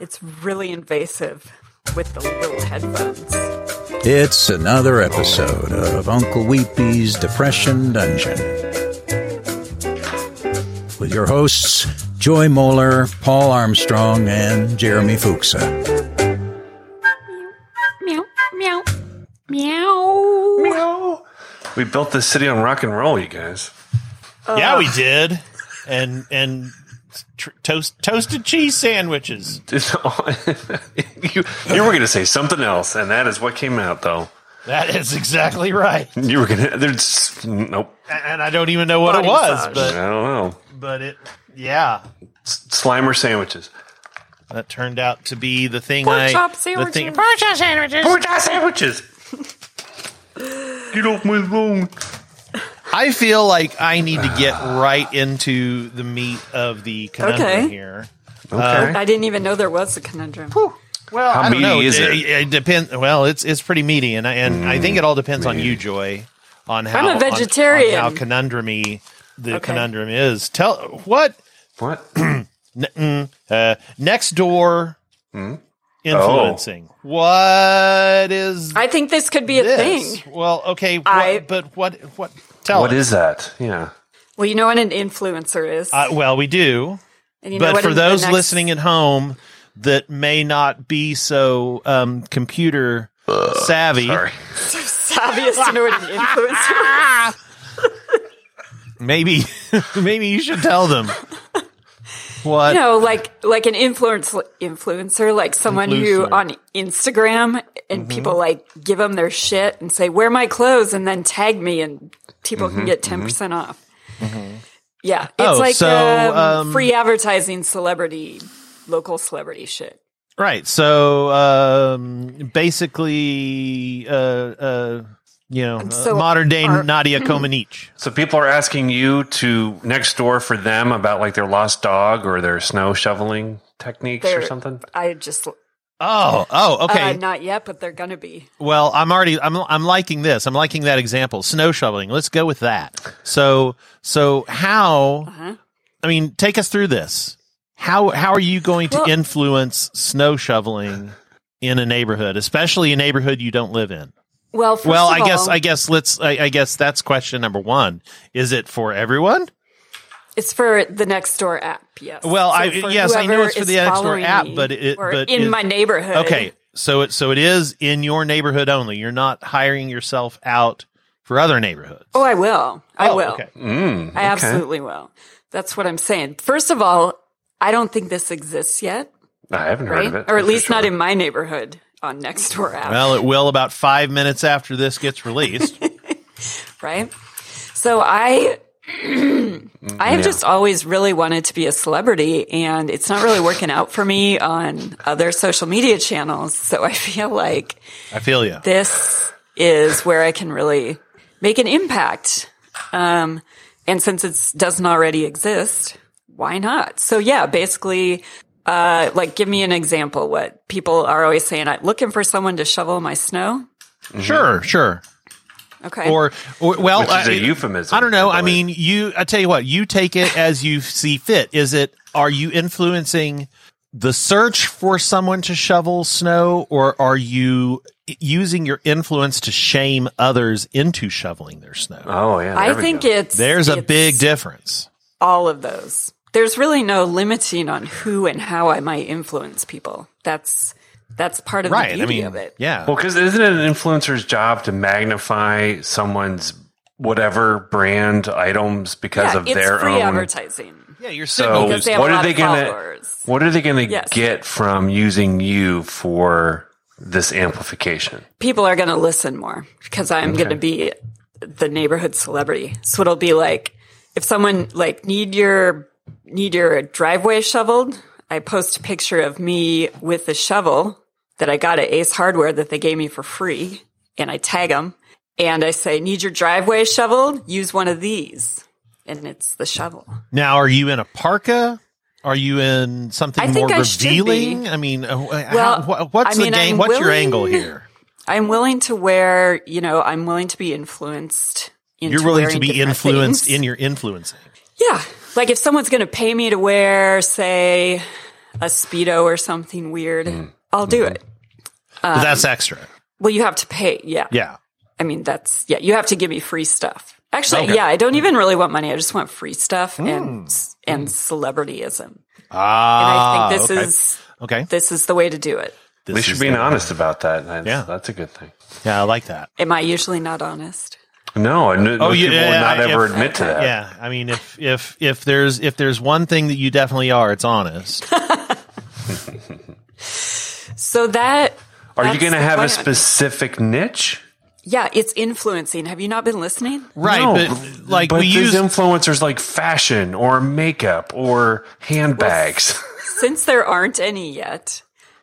It's really invasive with the little headphones. It's another episode of Uncle Weepy's Depression Dungeon. With your hosts, Joy Moeller, Paul Armstrong, and Jeremy Fuchsa. Meow, meow, meow. We built this city on rock and roll, you guys. Yeah, Uh. we did. And and tr- toast toasted cheese sandwiches. It's all- you, you were going to say something else, and that is what came out, though. That is exactly right. You were going to. There's nope. And I don't even know what Body it was, massage. I but don't know. but it yeah. S- Slimer sandwiches. That turned out to be the thing Pork I chop the sandwiches. thing, Pork chop sandwiches. Pork chop Oh sandwiches. Get off my lawn. I feel like I need to get Ah. right into the meat of the conundrum Okay. here. Okay. I didn't even know there was a conundrum. Well, How I don't meaty know. is it, it? depends. Well, it's it's pretty meaty, and I, and I think it all depends on you, Joy, on how a on- on vegetarian. how conundrumy the Okay. conundrum is. Tell what What? uh, next door Hmm? influencing. Oh. What is I think this could be a this? thing. Well, okay, what, I- but what what tell What us. is that? Yeah. Well, you know what an influencer is. Uh, well, we do. and you know but what for an- the those next- listening at home that may not be so um, computer savvy, Sorry. it's obvious to know what an influencer is. maybe maybe you should tell them what You know, like like an influence influencer, like someone who Influencer. Mm-hmm. on Instagram and people like give them their shit and say, "Wear my clothes," and then tag me, and people can get 10 percent off. Yeah, it's Mm-hmm. Oh, like so, um, um, free advertising, celebrity, local celebrity shit. right so um basically uh uh you know so- uh, modern day are- nadia comaneci So people are asking you to next door for them about like their lost dog or their snow shoveling techniques or They're- something. I just oh oh uh, okay not yet, but they're gonna be. well i'm already i'm i'm liking this i'm liking that example snow shoveling let's go with that so so how Uh-huh. i mean take us through this how how are you going to Well- influence snow shoveling in a neighborhood especially a neighborhood you don't live in Well, first well of i guess all, i guess let's I, I guess that's question number one is it for everyone It's for the next door app. Yes. Well, So I- for yes, I know whoever it's for is the Nextdoor following app, me but it- or but in it- my neighborhood. okay so it so it is in your neighborhood only you're not hiring yourself out for other neighborhoods Oh, I will. I will. okay. Mm, I absolutely will. That's what I'm saying. First of all, I don't think this exists yet, I haven't heard right? of it. or for at least sure. not in my neighborhood on Nextdoor app, well it will about five minutes after this gets released right? So I. I have just always really wanted to be a celebrity and it's not really working out for me on other social media channels. So I feel like i feel you this is where I can really make an impact. Um, and since it doesn't already exist, why not? So yeah, basically, uh, like give me an example. What people are always saying, I'm looking for someone to shovel my snow. sure sure Okay. or, or well Which Oh, is a I- euphemism, i don't know by the i way. mean you i tell you what you take it as you see fit is it are you influencing the search for someone to shovel snow or are you using your influence to shame others into shoveling their snow Oh yeah. I there we think go. it's there's a it's big difference all of those. There's really no limiting on who and how I might influence people. That's that's part of right the i beauty mean of it. yeah Well, because isn't it an influencer's job to magnify someone's whatever brand items because Yeah, of it's their free own? advertising. yeah you're So Because they have what a are lot they of gonna followers. What are they gonna Yes. get from using you for this amplification? people are going to listen more because I'm going to be the neighborhood celebrity. So it'll be like if someone like need your need your driveway shoveled, I post a picture of me with the shovel that I got at Ace Hardware that they gave me for free, and I tag them and I say, "Need your driveway shoveled? Use one of these." And it's the shovel. now are you in a parka are you in something I more think I should be. revealing i mean uh, Well, how, wha- what's I mean, the game I'm what's your willing- angle here I'm willing to wear, you know, I'm willing to be influenced. into you're willing to wearing be different influenced things. in your influencing Yeah. Like if someone's going to pay me to wear, say, a speedo or something weird, Mm. I'll do Mm-hmm. it. But Um, that's extra. Well, you have to pay. Yeah. Yeah. I mean, that's yeah. You have to give me free stuff. Actually, Okay. Hmm. yeah. I don't even really want money. I just want free stuff and and celebrityism. Ah, and I think this okay. is okay. this is the way to do it. This we is should be good. honest about that. That's, Yeah. that's a good thing. Yeah, I like that. Am I usually not honest? No, and oh, yeah, people would yeah, not I- ever uh, if- admit to that. Yeah, I mean, if if if there's if there's one thing that you definitely are, it's honest. So that Are you that's going to the have a plan. specific niche? Yeah, it's influencing. Have you not been listening? Right, No, but like but we these use influencers like fashion or makeup or handbags. Since there aren't any yet.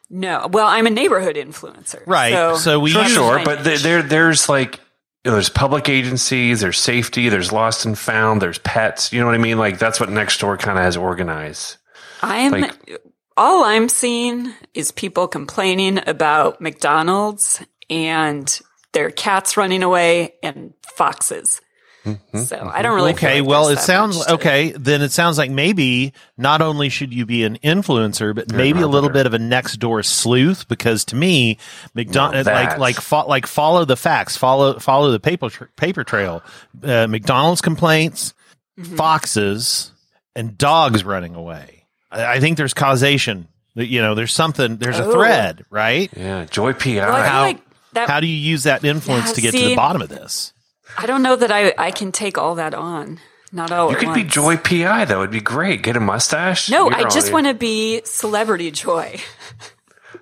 No. Well, I'm a neighborhood influencer. right, so, we sure, use sure, my but there, niche. there there's like you know, there's public agencies, there's safety, there's lost and found, there's pets. You know what I mean? Like that's what next door kind of has organized. I'm Like- all I'm seeing is people complaining about McDonald's and their cats running away and foxes. Mm-hmm. So I don't really. feel Okay, like well, it there's that sounds much to- okay. Then it sounds like maybe not only should you be an influencer, but maybe a little bit of a next door sleuth. Because to me, McDonald Now like that's- like fo- like follow the facts, follow follow the paper tr paper trail. Uh, McDonald's complaints, Mm-hmm. foxes, and dogs running away. I, I think there's causation. You know, there's something. There's a Oh. thread, right? Yeah, Joy PI. I feel How like that- how do you use that influence Yeah, to get to see- the bottom of this? I don't know that I I can take all that on. Not all. you at could be once. Joy PI. That would be great. Get a mustache. No, You're I just already- want to be celebrity joy.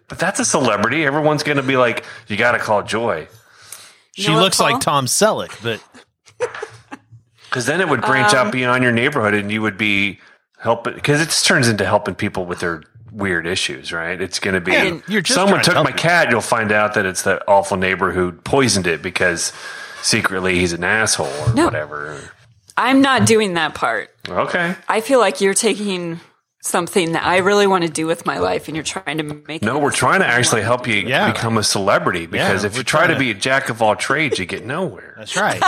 But that's a celebrity. Everyone's going to be like, you got to call Joy. You She know what, looks Paul? like Tom Selleck, but Because then it would branch Um, out beyond your neighborhood, and you would be helping. Because it just turns into helping people with their weird issues, right? It's going to be Yeah, you're just someone trying to took help my cat. You'll find out that it's that awful neighbor who poisoned it because secretly he's an asshole or whatever. I'm not doing that part. Okay, I feel like you're taking something that I really want to do with my life, and you're trying to make. no, it- we're trying to actually help you Yeah. become a celebrity because Yeah, if we're you try to trying to- be a jack of all trades, you get nowhere. That's right.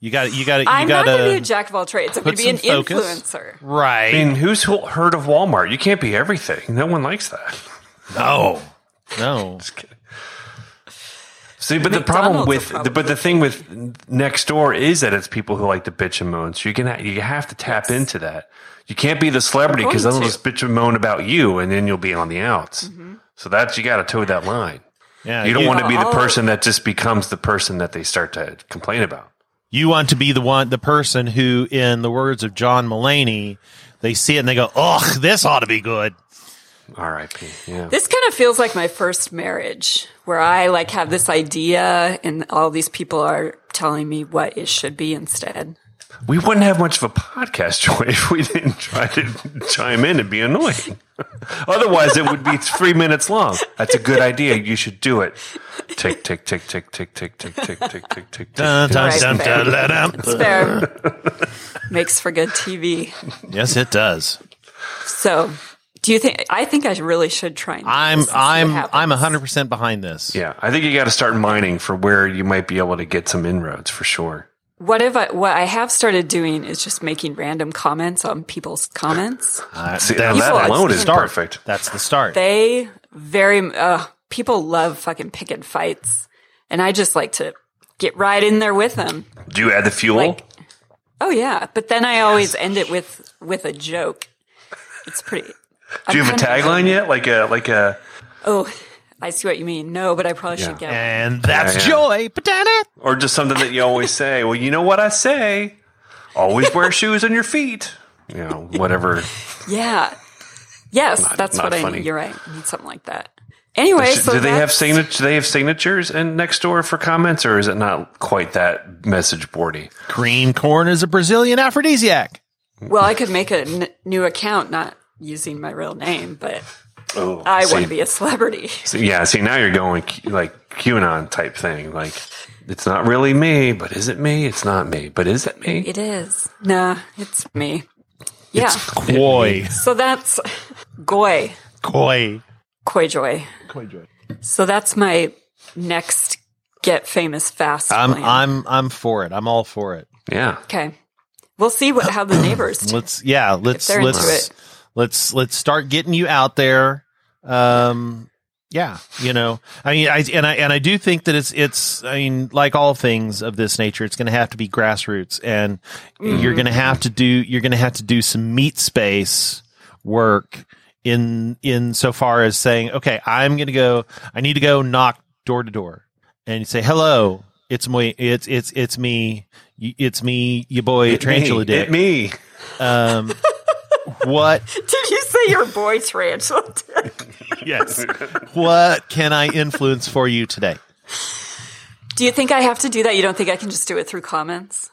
you got you got you I'm got not going to be a to jack of all trades. I'm going to put be an some focus. influencer. right. I mean, who's who- heard of Walmart? You can't be everything. No one likes that. no, no. See, but the problem McDonald's with are the, but the thing with next door is that it's people who like to bitch and moan. So you can ha- you have to tap into that. You can't be the celebrity because going Mm-hmm. they'll just bitch and moan about you, and then you'll be on the outs. So that's you got to toe that line. Yeah, You don't want to be the I'll- person that just becomes the person that they start to complain about. you want to be the one the person who, in the words of John Mullaney, they see it and they go, "Ugh, this ought to be good." R.I.P. Yeah. This kind of feels like my first marriage, where I like have this idea, and all these people are telling me what it should be instead. We wouldn't have much of a podcast, Joy, if we didn't try to chime in and be annoying. Otherwise, it would be three minutes long. That's a good idea. You should do it. Tick, tick, tick, tick, tick, tick, tick, tick, tick, tick, tick, Dun, tick. dun, Right, dun, fair. dun, dun, dun. It's fair. Makes for good TV. Yes, it does. So, do you think? I think I really should try. And do I'm this and see what I'm happens. I'm hundred percent behind this. Yeah, I think you got to start mining for where you might be able to get some inroads for sure. What if I, what I have started doing is just making random comments on people's comments. I- See, now that's- that People- alone is Start. perfect. that's the start. They very uh, people love fucking picking fights, and I just like to get right in there with them. Do you add the fuel? Like, oh yeah, but then I always end it with with a joke. It's pretty. do you have a kind of- tagline yet? Like a like a Oh, I see what you mean. No, but I probably should get. one. and that's Yeah, yeah. joy. Patana. or just something that you always say? Well, you know what I say. Always wear shoes on your feet. You know, whatever. Yeah. Yes, Not- that's not what I funny. need. You're right. I need something like that. Anyway, Should- so do they have that's- signat- do they have signatures in next door for comments, or is it not quite that message boardy? Green corn is a Brazilian aphrodisiac. Well, I could make a n- new account, not using my real name, but Oh, I want to be a celebrity. yeah, see, now you're going Q- like QAnon type thing. Like, it's not really me, but is it me? It's not me, but is it me? It is. Nah, it's me. Yeah. Koi. so that's Goy, Koi. Koi Joy. So that's my next get famous fast. I'm plan. I'm I'm for it. I'm all for it. yeah. okay. We'll see what how the neighbors. do. Let's yeah, let's they're into let's it. let's let's start getting you out there. Um, yeah, you know, I mean, I and I and I do think that it's it's. I mean, like all things of this nature, it's going to have to be grassroots, and Mm-hmm. you're going to have to do you're going to have to do some meat space work in in so far as saying, okay, I'm going to go. I need to go knock door to door and say, hello, it's me, it's it's it's me, y- it's me, your boy tarantula me, dick. Hit me. Um, what Did you say your boy tarantula? dick? yes what can i influence for you today do you think I have to do that? You don't think I can just do it through comments?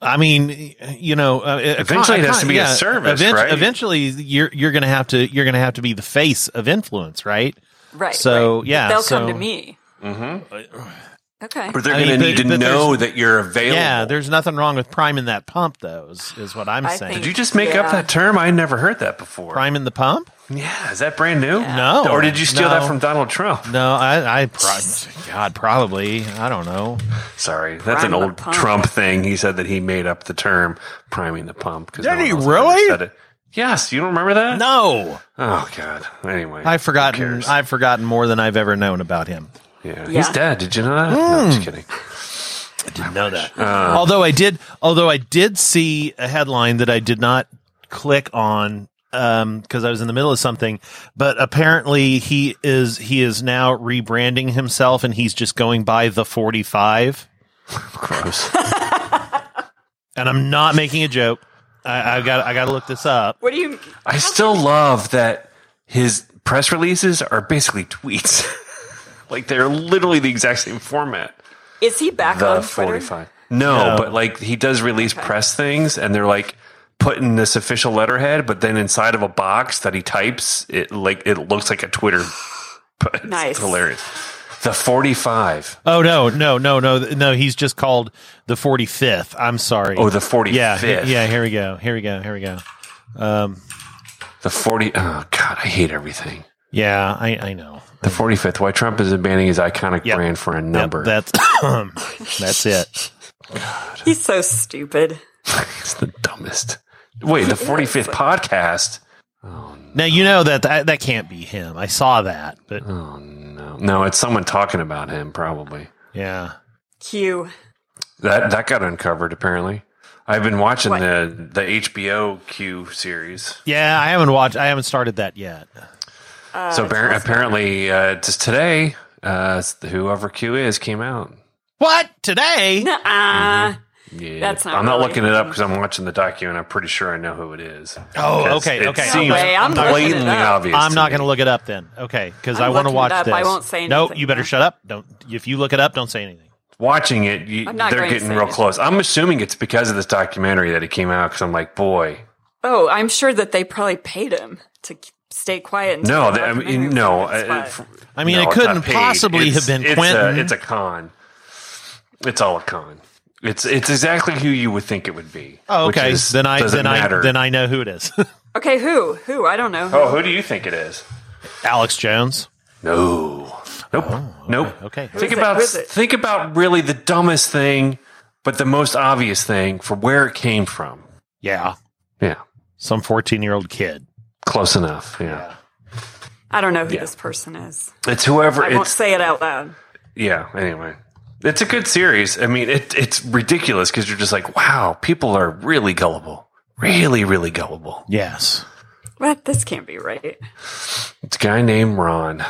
i mean you know uh, a con- Eventually it a has con- to be a service, right? eventually you're you're gonna have to you're gonna have to be the face of influence right Right. So, right. yeah, they'll so- come to me. Mm-hmm. Okay. But they're I going mean, to but- need to but there's- know that you're available. yeah there's nothing wrong with priming that pump though is, is what i'm I saying think- Did you just make up Yeah. that term? I never heard that before. priming the pump Yeah, is that brand new? No. Or did you steal No. that from Donald Trump? no i i pro- god probably i don't know Sorry, that's Prime an the old pump. Trump thing. He said that he made up the term priming the pump. Did he really? Said it. Yes, you don't remember that? no Oh God. Anyway, i've Who forgotten cares? i've forgotten more than i've ever known about him yeah. Yeah. he's dead. Did you know that? No, I'm Hmm. just kidding. didn't know that. Uh. although I did, although I did see a headline that I did not click on because I was in the middle of something. But apparently, he is he is now rebranding himself, and he's just going by the forty five. Gross. And I'm not making a joke. I, I got I got to look this up. What do you? I still love that his press releases are basically tweets. like they're literally the exact same format. Is he back the on Twitter? 45. No, but like he does release press things and they're like put in this official letterhead, but then inside of a box that he types, it like it looks like a Twitter. But it's Nice. hilarious. The 45. Oh no no no no no! He's just called the forty fifth. I'm sorry. Oh, the 45th. yeah he- yeah. Here we go. Here we go. Here we go. The 40. Oh, God, I hate everything. Yeah, I I know. The 45th. Why Trump is abandoning his iconic Yep. brand for a Yep, number. that's that's it. He's so stupid. it's the dumbest. Wait, the 45th podcast? Now you know that, that that can't be him. I saw that, but Oh, no. No, it's someone talking about him, probably. yeah, Q. That that got uncovered apparently. I've been watching the the HBO Q series. yeah. I haven't watched. I haven't started that yet. Uh, so appar- apparently, uh, just today, uh, whoever Q is came out. What today? Mm-hmm. Ah, Yeah, That's not I'm not really- looking it up because I'm watching the docu and I'm pretty sure I know who it is. Oh, 'Cause okay, it okay. No seems way, I'm not looking it blatantly up. obvious. I'm not to going to me. look it up then. Okay, because I I'm want to looking it watch up. this. I won't say No, anything, you better yeah. shut up. Don't. If you look it up, don't say anything. watching it. You, I'm not they're going to getting say real it. close. I'm assuming it's because of this documentary that it came out because I'm like, boy, Oh, I'm sure that they probably paid him to k- stay quiet. And no, do that, I the mean, documentary no. for uh, that if- spot. I mean, No, it it's couldn't not paid. possibly It's- have been it's Quentin. A, it's a con. It's all a con. It's it's exactly who you would think it would be. oh, which okay. is- then I doesn't then matter. I then I know who it is. okay, who? Who? I don't know. Oh, who do you think it is? Alex Jones. No. Nope. Nope. Oh, okay. Who Think is it? about Who is it? think about really the dumbest thing, but the most obvious thing for where it came from. Yeah, Yeah. some fourteen year old kid. Close enough. Yeah. I don't know who this person is. It's whoever I won't it's say it out loud. yeah, anyway. It's a good series. I mean, it, it's ridiculous because you're just like, wow, people are really gullible. Really, really gullible. Yes. What? This can't be right. It's a guy named Ron,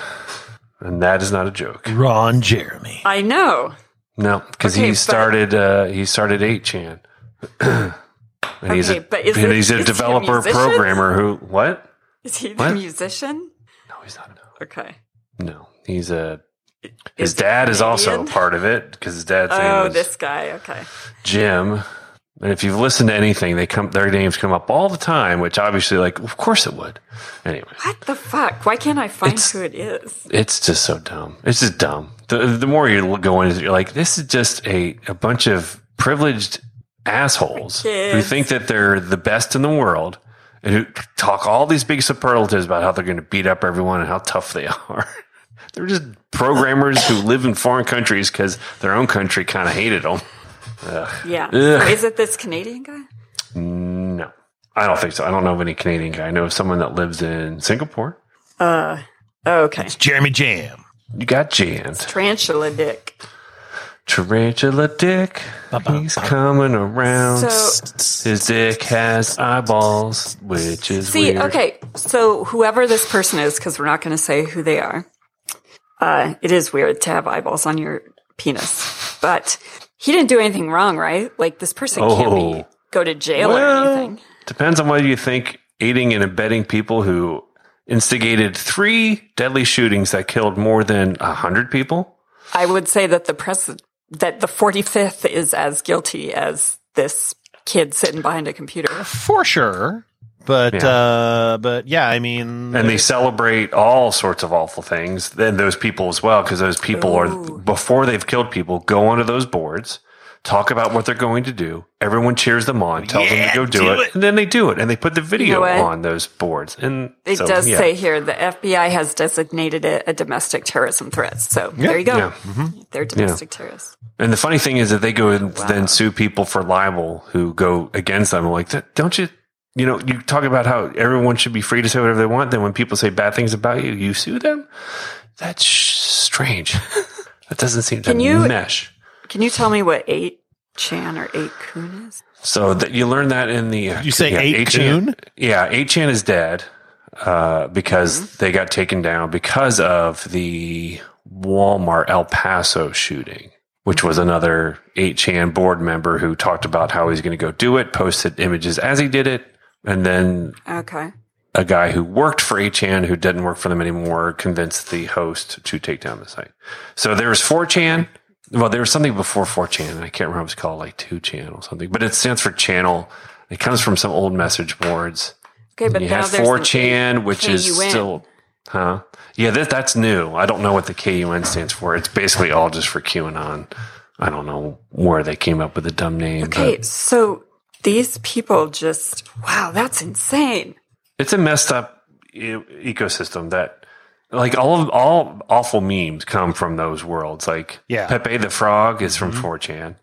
and that is not a joke. Ron Jeremy. I know. No, because Okay, he but- started uh, he started eight chan, and he's a Okay, but is and it- is he's a he a developer musician? programmer who what? Is he the What? musician? No, he's not. Okay. No, no he's a. His Is he dad is also a Canadian? part of it because his dad's Oh, name is this guy. Okay. Jim. And if you've listened to anything, they come their names come up all the time, which obviously, like, of course it would. Anyway. What the fuck? Why can't I find It's- who it is? It's just so dumb. It's just dumb. The, the more you go into it, you're like, this is just a, a bunch of privileged assholes who Kids. think that they're the best in the world and who talk all these big superlatives about how they're going to beat up everyone and how tough they are. they're just programmers who live in foreign countries because their own country kind of hated them. Yeah. So is it this Canadian guy? No. I don't think so. I don't know of any Canadian guy. I know of someone that lives in Singapore. Oh, Okay. Jeremy Jam. You got jammed. Tarantula dick. Tarantula dick. He's coming around. So- His dick has eyeballs, which is See, weird. okay, so whoever this person is, because we're not going to say who they are, uh, it is weird to have eyeballs on your penis. But he didn't do anything wrong, right? Like this person can't Oh. be, go to jail or Well, anything. Depends on whether you think aiding and abetting people who instigated three deadly shootings that killed more than a hundred people. I would say that the press that the forty fifth is as guilty as this kid sitting behind a computer. For sure. But Yeah. uh but yeah, I mean And they celebrate all sorts of awful things. Then those people as well, because those people are before they've killed people, go onto those boards, talk about what they're going to do. Everyone cheers them on, tells them to go do, it, and then they do it, and they put the video what? on those boards. And It so, does yeah. say here the FBI has designated it a domestic terrorism threat. So there you go. Yeah. mm-hmm. They're domestic terrorists. And the funny thing is that they go and then sue people for libel who go against them. I'm like, "That- don't you? You know, you talk about how everyone should be free to say whatever they want. Then when people say bad things about you, you sue them. That's sh- strange. that doesn't seem to Can you- mesh. Can you tell me what eight chan or eight kun is? So that you learn that in the uh, You say yeah, 8 8chan June? Yeah, eight chan is dead uh, because Mm-hmm. they got taken down because of the Walmart El Paso shooting, which was another eight chan board member who talked about how he's going to go do it, posted images as he did it, and then Okay. a guy who worked for 8chan who didn't work for them anymore convinced the host to take down the site. So there was 4chan. Well, there was something before 4chan. and I can't remember. It was called like 2chan or something, but it stands for channel. It comes from some old message boards. Okay, but you now had there's an 4chan, which is KUN. still, huh? Yeah, that, that's new. I don't know what the KUN stands for. It's basically all just for QAnon. I don't know where they came up with the dumb name. but- Okay, so these people just wow, that's insane. it's a messed up e- ecosystem that like all of all awful memes come from those worlds like Yeah. pepe the frog is from 4chan See,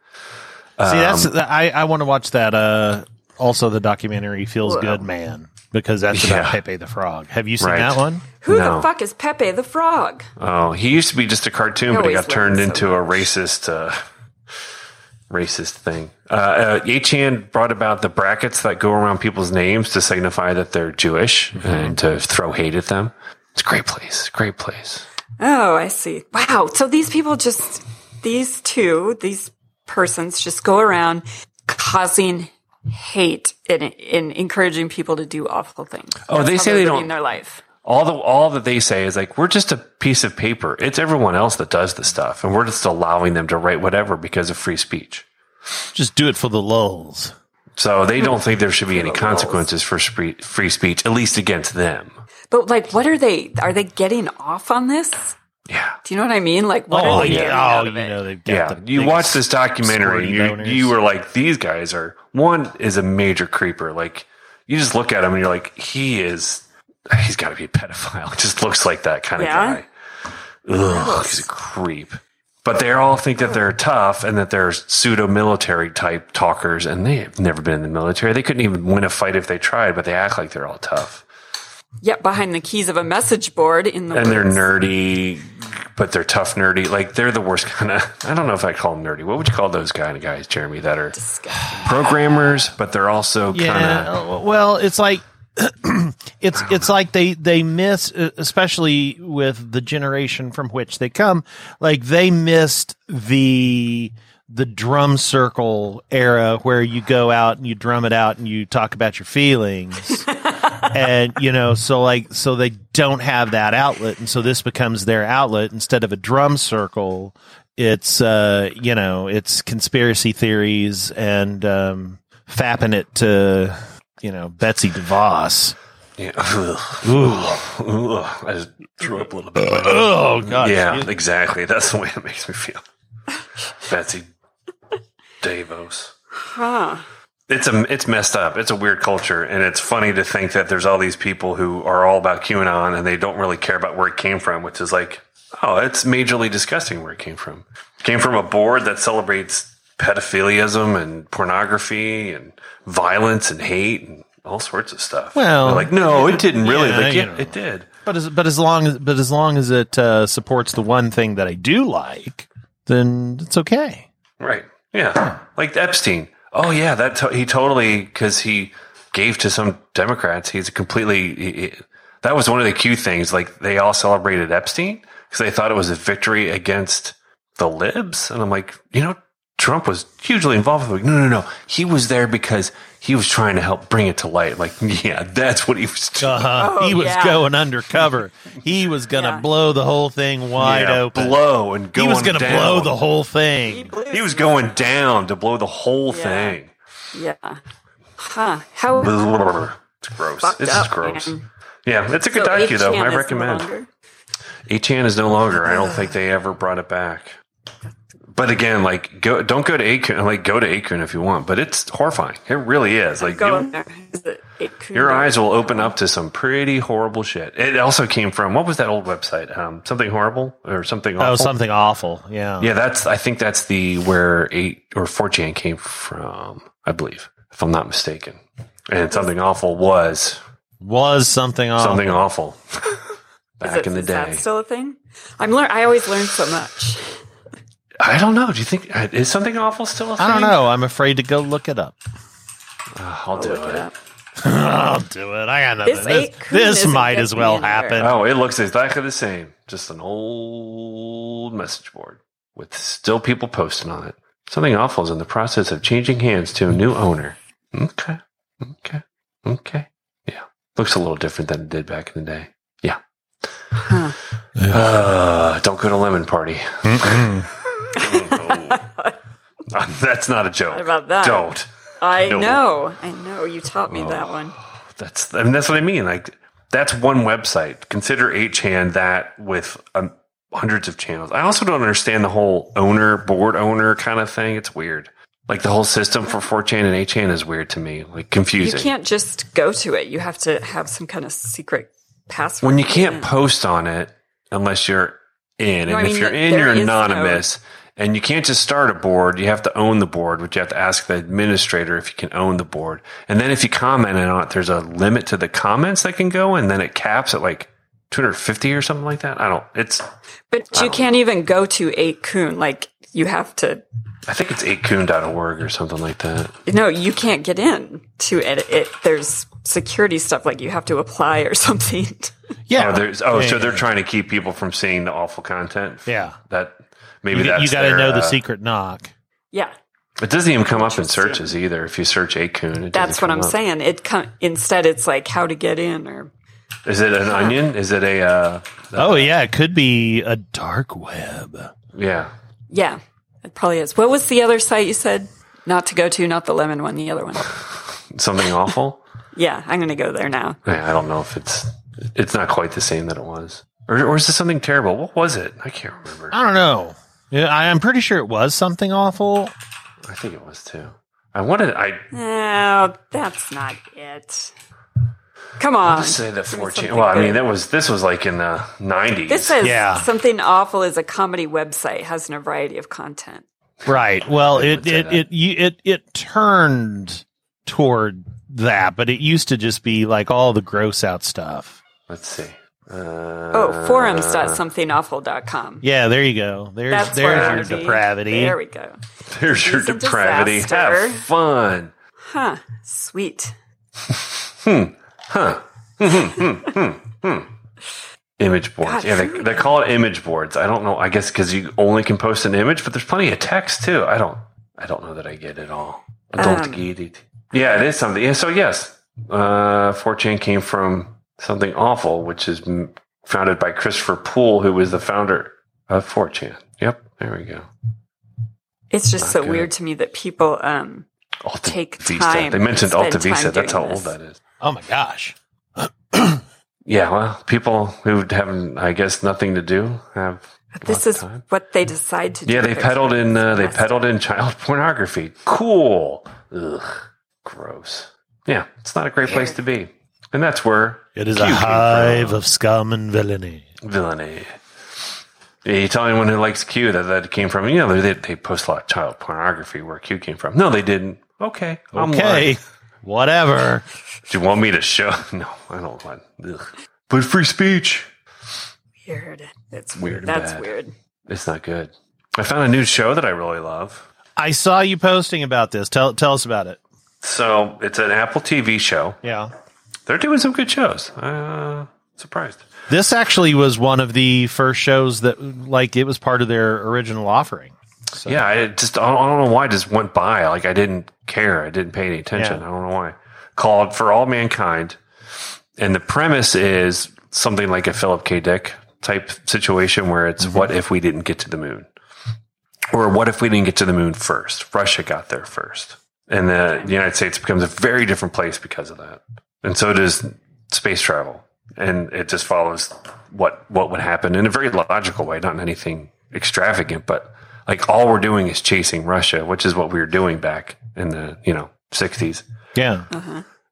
that's I I want to watch that. Uh, also the documentary feels good, man, because that's about Yeah. Pepe the Frog. Have you seen Right. that one? Who No. the fuck is Pepe the Frog? oh he used to be just a cartoon but he always got turned learn into so a racist uh racist thing uh, uh achan brought about the brackets that go around people's names to signify that they're jewish and to throw hate at them it's a great place great place Oh, I see. Wow. So these people just these two, these persons just go around causing hate and, and encouraging people to do awful things. Oh, they How say they're they living don't- their life. all the all that they say is like we're just a piece of paper. It's everyone else that does the stuff, and we're just allowing them to write whatever because of free speech. Just do it for the lulls. So they don't think there should be any consequences for spree- free speech, at least against them. But like what are they are they getting off on this? Yeah, Do you know what I mean? Like what oh are they getting yeah, oh out you of it? know they've got yeah. the You biggest- watch this documentary, squirty and boners. you you were like, these guys are one is a major creeper. Like you just look at him and you're like, he is. He's got to be a pedophile. just looks like that kind of Yeah? guy. Ugh, he's a creep. But they all think that they're tough and that they're pseudo military type talkers, and they have never been in the military. They couldn't even win a fight if they tried, but they act like they're all tough. Yeah, behind the keys of a message board in the And they're woods. nerdy, but they're tough nerdy. Like they're the worst kind of. I don't know if I call them nerdy. What would you call those kind of guys, Jeremy? That are programmers, but they're also Yeah, kind of. well, it's like it's it's like they they miss, uh, especially with the generation from which they come, like they missed the the drum circle era where you go out and you drum it out and you talk about your feelings. and you know so like so they don't have that outlet and so this becomes their outlet instead of a drum circle it's uh you know it's conspiracy theories and um fapping it to you know betsy devos Yeah. Ugh. Ugh. I just threw up a little bit. oh god Yeah, exactly. That's the way it makes me feel. Betsy Davos. Huh. It's a it's messed up. It's a weird culture, and it's funny to think that there's all these people who are all about QAnon and they don't really care about where it came from, which is like, oh, it's majorly disgusting where it came from. It came from a board that celebrates pedophilism and pornography and violence and hate and all sorts of stuff. Well, They're like, no, it didn't really. yeah, like, you yeah, know. it did. But as but as long as but as long as it uh, supports the one thing that I do like, then it's okay. Right. Yeah. Like Epstein. Oh yeah, that to- he totally because he gave to some Democrats. He's completely. He, he- that was one of the cute things. Like they all celebrated Epstein because they thought it was a victory against the libs, and I'm like, you know, Trump was hugely involved. Like, no, no, no, he was there because he was trying to help bring it to light. Like, yeah, that's what he was doing. Uh-huh. Oh, he was yeah. going undercover. He was gonna Yeah. blow the whole thing wide Yeah, open. blow and go. he was gonna blow the whole He thing. blew He was going down to blow the whole Yeah. thing. Yeah. Huh. How It's gross. fucked this is up, gross. man. Yeah, it's a good So docu though. ATN is I no recommend. longer? ATN is no longer. I don't think they ever brought it back. But again, like go don't go to Acorn. Like go to Acorn if you want, but it's horrifying. It really is. Like Go you'll- in there. Is it Acorn? your eyes will open up to some pretty horrible shit. It also came from what was that old website? Um, something horrible or something. Awful? Oh, something awful. Yeah. Yeah, that's. I think that's the where eight or four chan came from. I believe, if I'm not mistaken. And something awful was Was something awful. something awful Is back it- in the is that day. still a thing? I'm learn. I always learn so much. I don't know. Do you think is something awful still? A thing? I don't know. I'm afraid to go look it up. Uh, I'll do Look it it. up. I'll do it. I got nothing. This This, acorn this isn't might as getting well anywhere. happen. Oh, it looks exactly the same. Just an old message board with still people posting on it. Something awful is in the process of changing hands to a new owner. Okay. Okay. Okay. Yeah. Looks a little different than it did back in the day. Yeah. Huh. Uh, don't go to Lemon Party. That's not a joke. What about that? Don't. I No. Oh, know. I know. You taught me that one. That's I mean that's what I mean. Like that's one website. Consider 8chan that with um, hundreds of channels. I also don't understand the whole owner board owner kind of thing. It's weird. Like the whole system for 4chan and 8chan is weird to me. Like You confusing. can't just go to it. You have to have some kind of secret password. when you can't post on it unless you're in, and No, I if mean, you're th- in, there you're is no- anonymous. And you can't just start a board. You have to own the board, which you have to ask the administrator if you can own the board. And then if you comment on it, there's a limit to the comments that can go, and then it caps at like 250 or something like that. I don't. It's. but you can't even go to a coon. Like you have to. I think it's 8coon.org or something like that. No, you can't get in to it. it there's security stuff. Like you have to apply or something. yeah. Oh, there's. Oh, Yeah, so yeah, they're trying to keep people from seeing the awful content. Yeah. That maybe You, that's got to their, know the uh, secret knock. yeah, It doesn't even come up in searches either. If you search Acoon, it that's doesn't what come I'm up. saying. It com- instead, it's like how to get in or Is it an onion? Is it a uh, Oh yeah, it could be a dark web. yeah? yeah, it probably is. What was the other site you said not to go to? Not the lemon one. The other one. Something awful? Yeah, I'm going to go there now. Yeah, I don't know if it's it's not quite the same that it was, or or is it something terrible? What was it? I can't remember. I don't know. Yeah, I, I'm pretty sure it was something awful. I think it was too. I wanted I No, Oh, that's not it. Come on. say the Give me fourteen. something Well, I good. mean that was this was like in the nineties. This says Yeah. something awful is a comedy website has a variety of content. Right. Well, it say it that. it, you, it it turned toward that, but it used to just be like all the gross out stuff. Let's see. Uh, Oh, forums.somethingawful.com. Yeah, there you go. There's That's where I there's would your be. depravity. There we go. There's your It's a depravity. disaster. Have fun. Huh. Sweet. Image boards. God, yeah, they, really? they call it image boards. I don't know. I guess because you only can post an image, but there's plenty of text too. I don't. I don't know that I get it all. I don't Um, get it. Yeah, it is something. Yeah, so yes, uh, 4chan came from something awful, which is m- founded by Christopher Poole, who was the founder of 4chan. Yep, there we go. It's just so good. weird to me that people um Alta Take Vista. time, They mentioned spend Alta time Vista. That's how doing old this. that is. Oh my gosh. Yeah, well, people who have, I guess, nothing to do have. but lots this of is time. what they decide to do. Yeah, they They're- peddled in uh, they Disgusting. peddled in child pornography. Cool. Ugh, gross. Yeah, it's not a great place to be, and that's where It is Q a came from. hive of scum and villainy. villainy. Yeah, You tell anyone who likes Q that that came from. You know, they, they post a lot of child pornography where Q came from. No, they didn't. Okay, I'm Okay. lying. Whatever. Do you want me to show? No, I don't want. Ugh. But free speech. Weird. It's Weird weird. and That's bad. weird. It's not good. I found a new show that I really love. I saw you posting about this. Tell tell us about it. So it's an Apple TV show. Yeah. They're doing some good shows. Uh, surprised. This actually was one of the first shows that like it was part of their original offering. Yeah, I just I don't, I don't know why it just went by. Like I didn't care. I didn't pay any attention. Yeah. I don't know why. Called for all mankind, and the premise is something like a Philip K. Dick type situation where it's what if we didn't get to the moon, or what if we didn't get to the moon first? Russia got there first, and the United States becomes a very different place because of that, and so does space travel, and it just follows what what would happen in a very logical way, not in anything extravagant, but like all we're doing is chasing Russia, which is what we were doing back in the you know sixties. Yeah.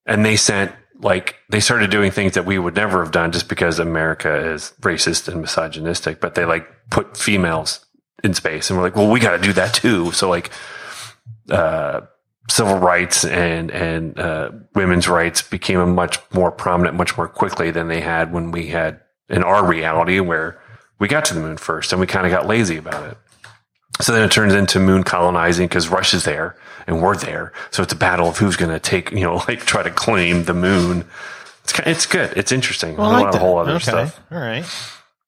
And they sent like they started doing things that we would never have done just because America is racist and misogynistic. But they like put females in space, and we're like, well, we got to do that too. So like, uh, civil rights and and uh, women's rights became a much more prominent, much more quickly than they had when we had in our reality where we got to the moon first, and we kind of got lazy about it. So then it turns into moon colonizing because Russia's there and we're there. So it's a battle of who's going to take, you know, like try to claim the moon. It's kind it's good. It's interesting. Well, There's I a like lot of that. whole other okay. stuff. All right.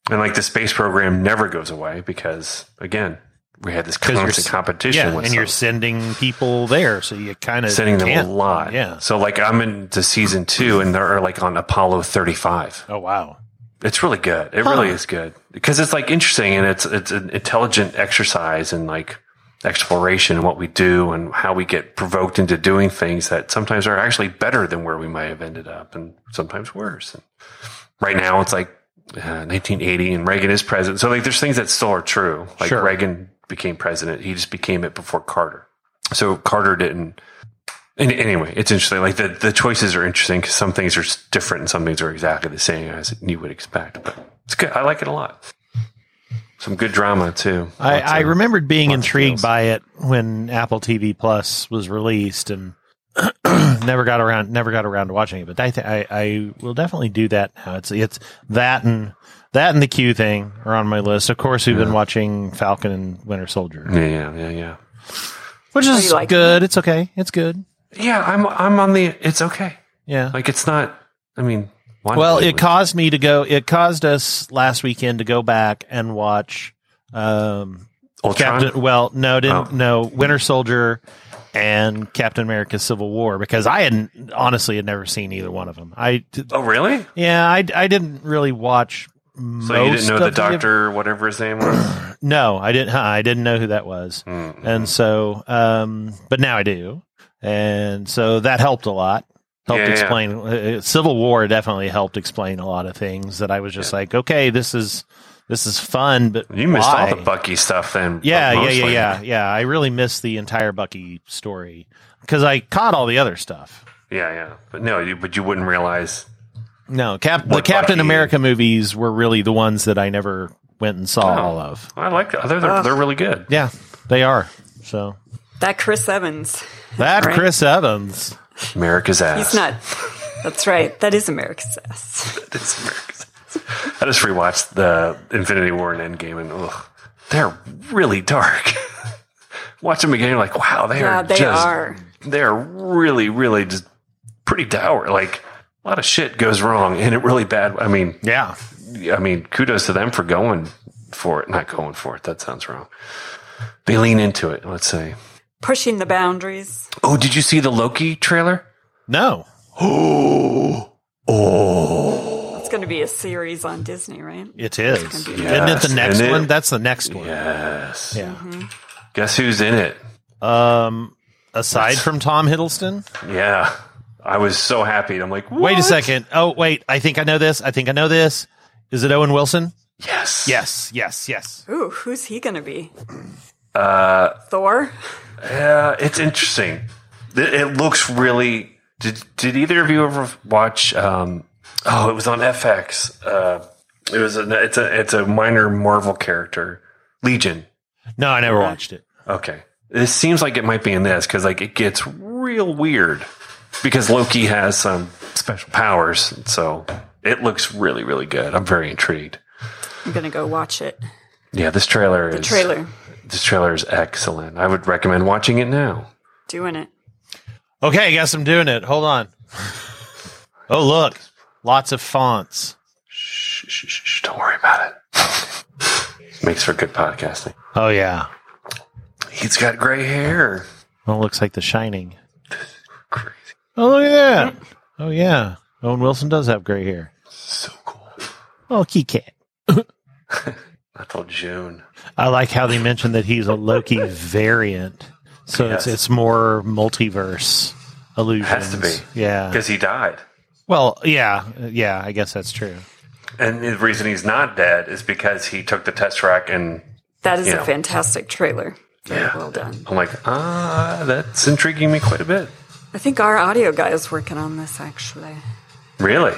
And like the space program never goes away because again, we had this 'Cause you're constant s- competition yeah, with and you're something sending people there, so you kind of sending them can't- a lot. Yeah. So like I'm into season two and they're like on Apollo 35. Oh wow. It's really good. It really is good because it's like interesting and it's it's an intelligent exercise and like exploration and what we do and how we get provoked into doing things that sometimes are actually better than where we might have ended up and sometimes worse. And right now it's like uh, 1980 and Reagan is president. So like there's things that still are true. Like Sure. Reagan became president. He just became it before Carter. So Carter didn't and anyway, it's interesting. Like the, the choices are interesting because some things are s- different and some things are exactly the same as you would expect. But it's good. I like it a lot. Some good drama too. I, Lots I of- remembered being lots of intrigued deals. by it when Apple TV Plus was released, and never got around never got around to watching it. But I, th- I I will definitely do that now. It's it's that and that and the Q thing are on my list. Of course, we've been watching Falcon and Winter Soldier, Yeah, yeah, yeah, yeah. which is you like good. It's okay. It's good. Yeah, I'm I'm on the. It's okay. Yeah. Like it's not. I mean, WandaVision Well, it was- caused me to go. It caused us last weekend to go back and watch um, Ultron. Captain. Well, no, didn't Oh. no Winter Soldier and Captain America: Civil War because I hadn't honestly had never seen either one of them. I did- oh, really? yeah, I, I didn't really watch. So you didn't know the doctor, whatever his name was. No, I didn't. huh, I didn't know who that was, Mm-hmm. and so, um, but now I do, and so that helped a lot. Helped Yeah, yeah. explain uh, Civil War definitely helped explain a lot of things that I was just like, okay, this is this is fun, but you missed why? all the Bucky stuff then. Yeah, yeah, yeah, mostly. yeah, yeah. I really missed the entire Bucky story because I caught all the other stuff. yeah, yeah. But no, you, but you wouldn't realize. No, Cap, the What Captain Bucky? America movies were really the ones that I never went and saw Oh. all of. I like. They're they're, they're really good. Yeah, they are. So That Chris Evans. that Right. Chris Evans. America's ass. He's not. That's right. That is America's ass. It's America's ass. I just rewatched the Infinity War and Endgame, and ugh, they're really dark. Watch them again, you're like, wow, they Yeah, are. they just, are. They're really, really just pretty dour. Like a lot of shit goes wrong, and it really bad. I mean, Yeah, I mean, kudos to them for going for it. Not going for it. That sounds wrong. They lean into it. Let's say. Pushing the boundaries. Oh, did you see the Loki trailer? no. Oh, oh. It's going to be a series on Disney, right? It is. Yes, Isn't it the next and it- one? That's the next one. Yes. Yeah. Guess who's in it? Um, aside from Tom Hiddleston. Yeah. I was so happy. I'm like, Wait a what? second. Oh, wait. I think I know this. I think I know this. Is it Owen Wilson? Yes. Yes. Yes. Yes. Ooh, who's he going to be? Uh, Thor. Yeah, it's interesting. It, it looks really. Did Did either of you ever watch? Um, oh, it was on FX. Uh, it was a. It's a. It's a minor Marvel character, Legion. No, I never watched it. Okay. This seems like it might be in this because like it gets real weird. because Loki has some special powers. So it looks really, really good. I'm very intrigued. I'm gonna go watch it. Yeah, this trailer is Trailer, This trailer is excellent. I would recommend watching it now. doing it. Okay, I guess I'm doing it. Hold on. Oh, look. Lots of fonts. Shh, shh, shh, shh, don't worry about it. Makes for good podcasting. Oh, yeah. He's got gray hair. Well, it looks like The Shining. Crazy. Oh, look at that. Oh, yeah. Owen Wilson does have gray hair. So cool. Oh, Key Cat. I told June. I like how they mentioned that he's a Loki variant. So Yes. it's, it's more multiverse illusions. Has to be. Yeah. Because he died. Well, yeah. Yeah, I guess that's true. And the reason he's not dead is because he took the test rack and That is You a know. fantastic trailer. Very Yeah. well done. I'm like, ah, that's intriguing me quite a bit. I think our audio guy is working on this actually. Really?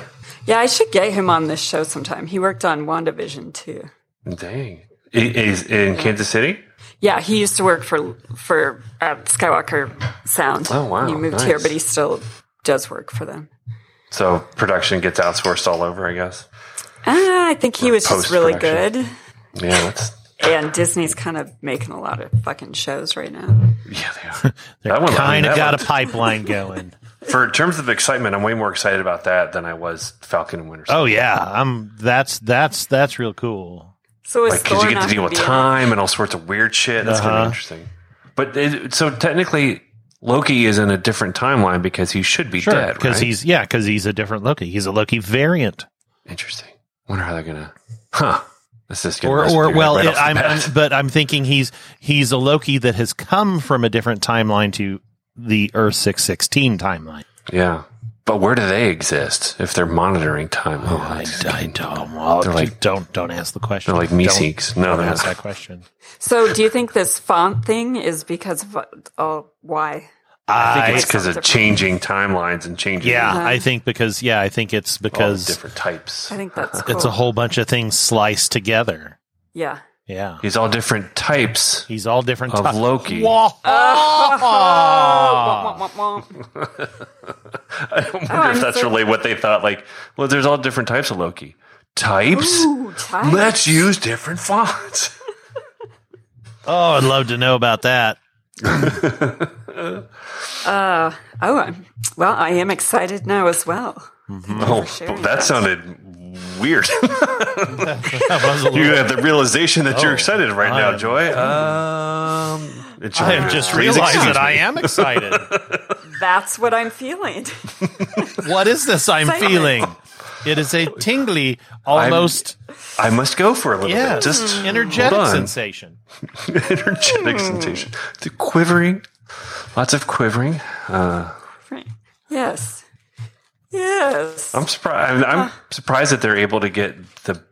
Yeah, I should get him on this show sometime. He worked on WandaVision too. Dang. I- Is in Kansas City? Yeah, he used to work for for uh, Skywalker Sound. Oh, wow, He moved here, nice. but he still does work for them. So production gets outsourced all over, I guess. Ah, I think he was just really Uh, post-production. good. Yeah, that's And Disney's kind of making a lot of fucking shows right now. yeah, they are. They're That one- I mean, kind of that got one- a pipeline going. For in terms of excitement, I'm way more excited about that than I was Falcon and Winter Soldier. oh, yeah. I'm that's that's that's real cool. So is like because Thor you get not to deal gonna with be in it? time and all sorts of weird shit. That's Uh-huh. gonna be interesting. But it, so technically, Loki is in a different timeline because he should be dead, because right? he's yeah, because he's a different Loki. He's a Loki variant, Interesting. Wonder how they're gonna. Huh. This is gonna or mess or with you well, right it, off the I'm, bat. I'm- but I'm thinking he's he's a Loki that has come from a different timeline to the Earth six sixteen timeline. yeah. But where do they exist if they're monitoring time? Oh, that's- don't. They're like- don't don't ask the question. they're like Don't- Meeseeks. No, Don't they're ask not. that question. So do you think this font thing is because of uh, all why? I think it's I- because of changing timelines and changing yeah, I think because yeah, I think it's all the because different types. I think that's cool. it's a whole bunch of things sliced together. yeah. Yeah, He's all different types. he's all different Of types. Loki. Whoa. Womp, womp, womp. I wonder Oh, I'm if that's so- really what they thought. Like, well, there's all different types of Loki. Types? Ooh, time. Let's use different fonts. Oh, I'd love to know about that. Oh, I'm, well, I am excited now as well. Oh, sharing that that. sounded weird. That was a you little- had the realization that you're Oh, excited right I now, am- Joy. Um, it's I your- have just please realized excuse that I me. am excited. That's what I'm feeling. what is this I'm Excitement. feeling? It is a tingly, almost I must go for a little yeah, bit. Just Hmm. Mm. energetic hold on. sensation. energetic sensation. The quivering, lots of quivering. Right. Yes. Yes. I'm surprised. I'm, I'm surprised that they're able to get the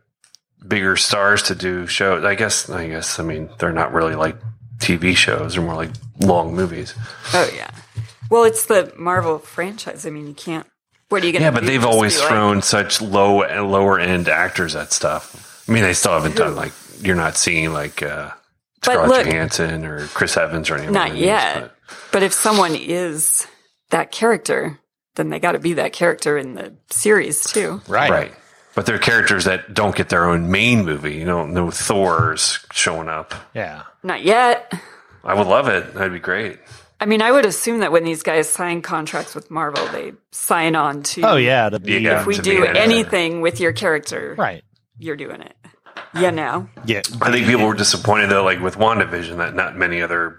bigger stars to do shows. I guess. I guess. I mean, they're not really like TV shows. They're more like long movies. Oh, yeah. Well, it's the Marvel franchise. I mean, you can't. What are you going to Yeah, but they've always thrown such low and lower end actors at stuff. I mean, they still haven't done like you're not seeing like uh, But Scarlett look- Johansson or Chris Evans or anyone. Not yet. But. if someone is that character, then they got to be that character in the series, too. Right. Right. But they're characters that don't get their own main movie. You know, no Thor's showing up. Yeah. Not yet. I would love it. That'd be great. I mean, I would assume that when these guys sign contracts with Marvel, they sign on to. Oh yeah. To be, Yeah. If we To be do an editor. anything with your character, Right. you're doing it. Yeah, now. Yeah. I think people were disappointed though, like with WandaVision, that not many other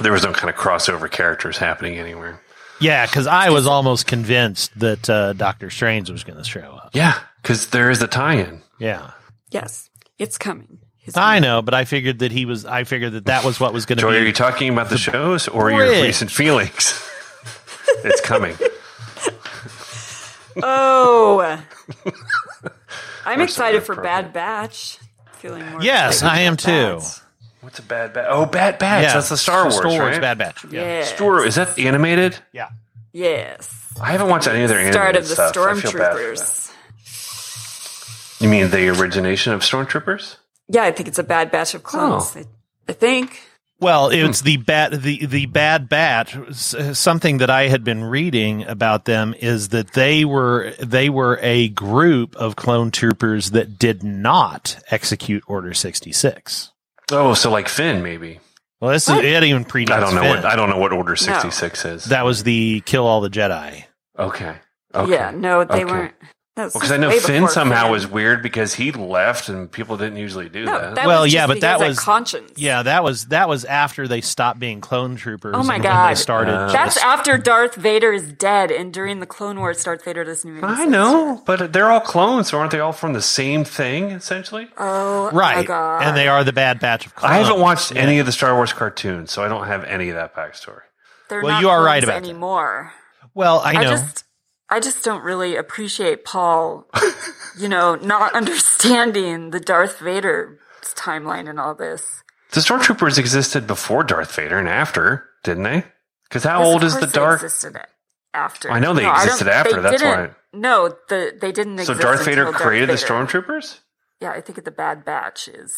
there was no kind of crossover characters happening anywhere. Yeah. Because I was almost convinced that uh, Doctor Strange was going to show up. Yeah, because there is the tie-in. Yeah. Yes, it's coming. His I know, but I figured that he was. I figured that that was what was going to Joy, are you be. talking about the shows or your bridge. recent feelings? it's coming. Oh, I'm excited for appropriate. Bad Batch. Feeling more. Yes, excited I am about that. too. What's a bad batch? Oh, Bad Batch. yeah. That's the Star Wars. right? Bad Batch. Yeah. Yes. Stor- is that animated? Yeah. yes. I haven't watched any of their animated Start of the stuff. I feel bad for them. Stormtroopers. You mean the origination of Stormtroopers? Yeah, I think it's a Bad Batch of clones. Oh. I, I think. Well, Hmm. it's the bat, the the bad bat. S- Something that I had been reading about them is that they were they were a group of clone troopers that did not execute Order sixty six. Oh, so like Finn, maybe. Well, this is it even predates. I don't know Finn. what I don't know what Order sixty six is. that was the kill all the Jedi. okay. Okay. Yeah, no, they Okay. weren't. Because Because I know Finn somehow was weird because he left and people didn't usually do No, that. that Well, was yeah, just but that because of was- conscience. Yeah, that was that was after they stopped being clone troopers. Oh my and when They God. started. Uh, That's after Darth Vader is dead, and during the Clone Wars, Darth Vader doesn't even. I exist. know, but they're all clones, so aren't they all from the same thing essentially? Oh, right, God. and they are the bad batch of clones. I haven't watched any of the Star Wars cartoons, so I don't have any of that backstory. They're Well, not you are right clones about that. anymore. Well, I know. I just, I just don't really appreciate Paul. you know, not understanding the Darth Vader timeline and all this. The stormtroopers existed before Darth Vader and after, didn't they? Because how Yes, old of is the course dark? They existed a- after. I know they I don't- existed after, they that's didn't- why- No, the, they didn't. So Exist Darth Vader until created Darth the Vader. stormtroopers. Yeah, I think the Bad Batch is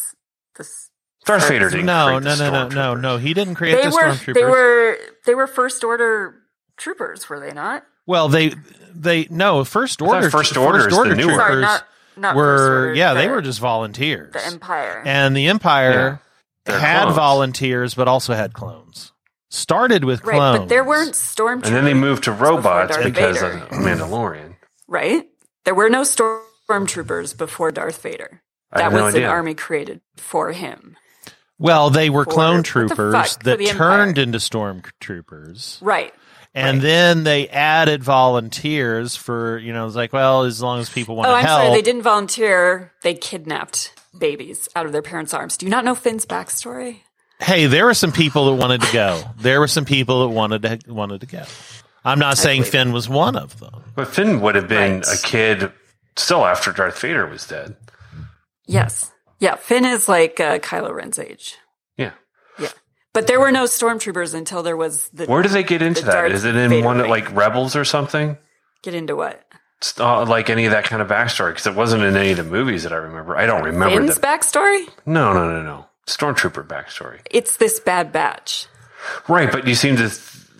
this. Darth Vader didn't no, create no, the no, no, no, stormtroopers. no. He didn't create They the were stormtroopers. they were they were first order troopers, were they not? Well, they they no first thought order. First Order is the order newer. troopers Sorry, not- not were First Order, yeah they the- were just volunteers. The Empire. and the Empire They're had clones. volunteers, but also had clones. Started with right, clones, but there weren't stormtroopers. And then they moved to robots Darth because of Vader. Mandalorian. right? There were no stormtroopers before Darth Vader. I That have no was idea. an army created for him. Well, they were For- clone what the troopers fuck? For that the turned Empire. into stormtroopers. Right. And then they added volunteers for, you know, it's like, well, as long as people want Oh, to I'm help. sorry. They didn't volunteer. They kidnapped babies out of their parents' arms. Do you not know Finn's backstory? Hey, there were some people that wanted to go. There were some people that wanted to wanted to go. I'm not saying Finn was one of them. But Finn would have been Right. a kid still after Darth Vader was dead. Yes. Yeah. Finn is like uh, Kylo Ren's age. Yeah. Yeah. But there were no stormtroopers until there was the. Where do they get into The that? Darth Is it in Vader one of, thing. like Rebels or something? Get into what? It's not like any of that kind of backstory because it wasn't in any of the movies that I remember. I don't remember Finn's that. backstory? no, no, no, no. Stormtrooper backstory. It's this bad batch. Right, but you seem to th-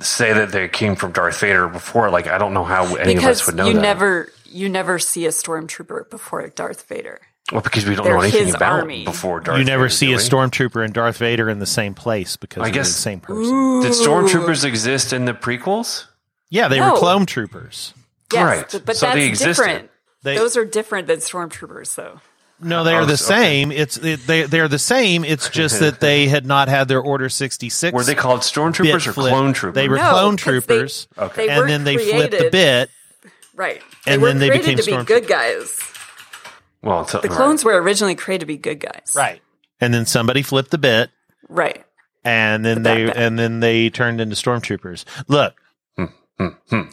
say that they came from Darth Vader before. Like, I don't know how any of us Because would know you that. never you never see a stormtrooper before Darth Vader. well, because we don't they're know anything his about army. before Darth you never Vader, see do a we? stormtrooper and Darth Vader in the same place because I they're guess- the same person. Did stormtroopers exist in the prequels? Yeah, they No. were clone troopers. Yes, Right. but, but So they that's existed. different. They- Those are different than stormtroopers, though. No, they are Oh, the okay. same. It's it, they they're the same. It's just that they had not had their Order 66 Were they called bit stormtroopers or flip. clone troopers? They were No, clone 'cause they- troopers. Okay. they and were then they flipped the created- bit. Right. And were then they created became to be stormtroopers. good guys. well, it's- The clones were originally created to be good guys. Right. And then somebody flipped the bit Right. and then that they bit. and then they turned into stormtroopers. Look,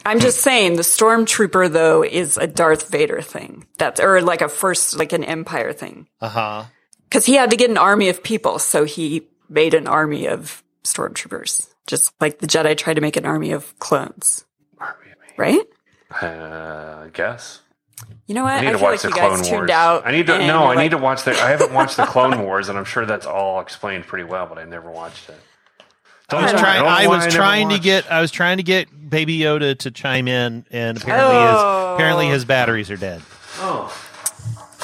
I'm just saying the stormtrooper though is a Darth Vader thing. That's or like a first like an empire thing. uh-huh. Cuz he had to get an army of people, so he made an army of stormtroopers. Just like the Jedi tried to make an army of clones. Right? Uh, I guess. You know what? I need to feel watch like the you guys Clone tuned Wars. out. I need to and no. you're I need like, to watch the. I haven't watched the Clone Wars, and I'm sure that's all explained pretty well, but I never watched it. Don't was know- Try- don't know I why was never trying to watched. get I was trying to get Baby Yoda to chime in and apparently Oh. his apparently his batteries are dead. I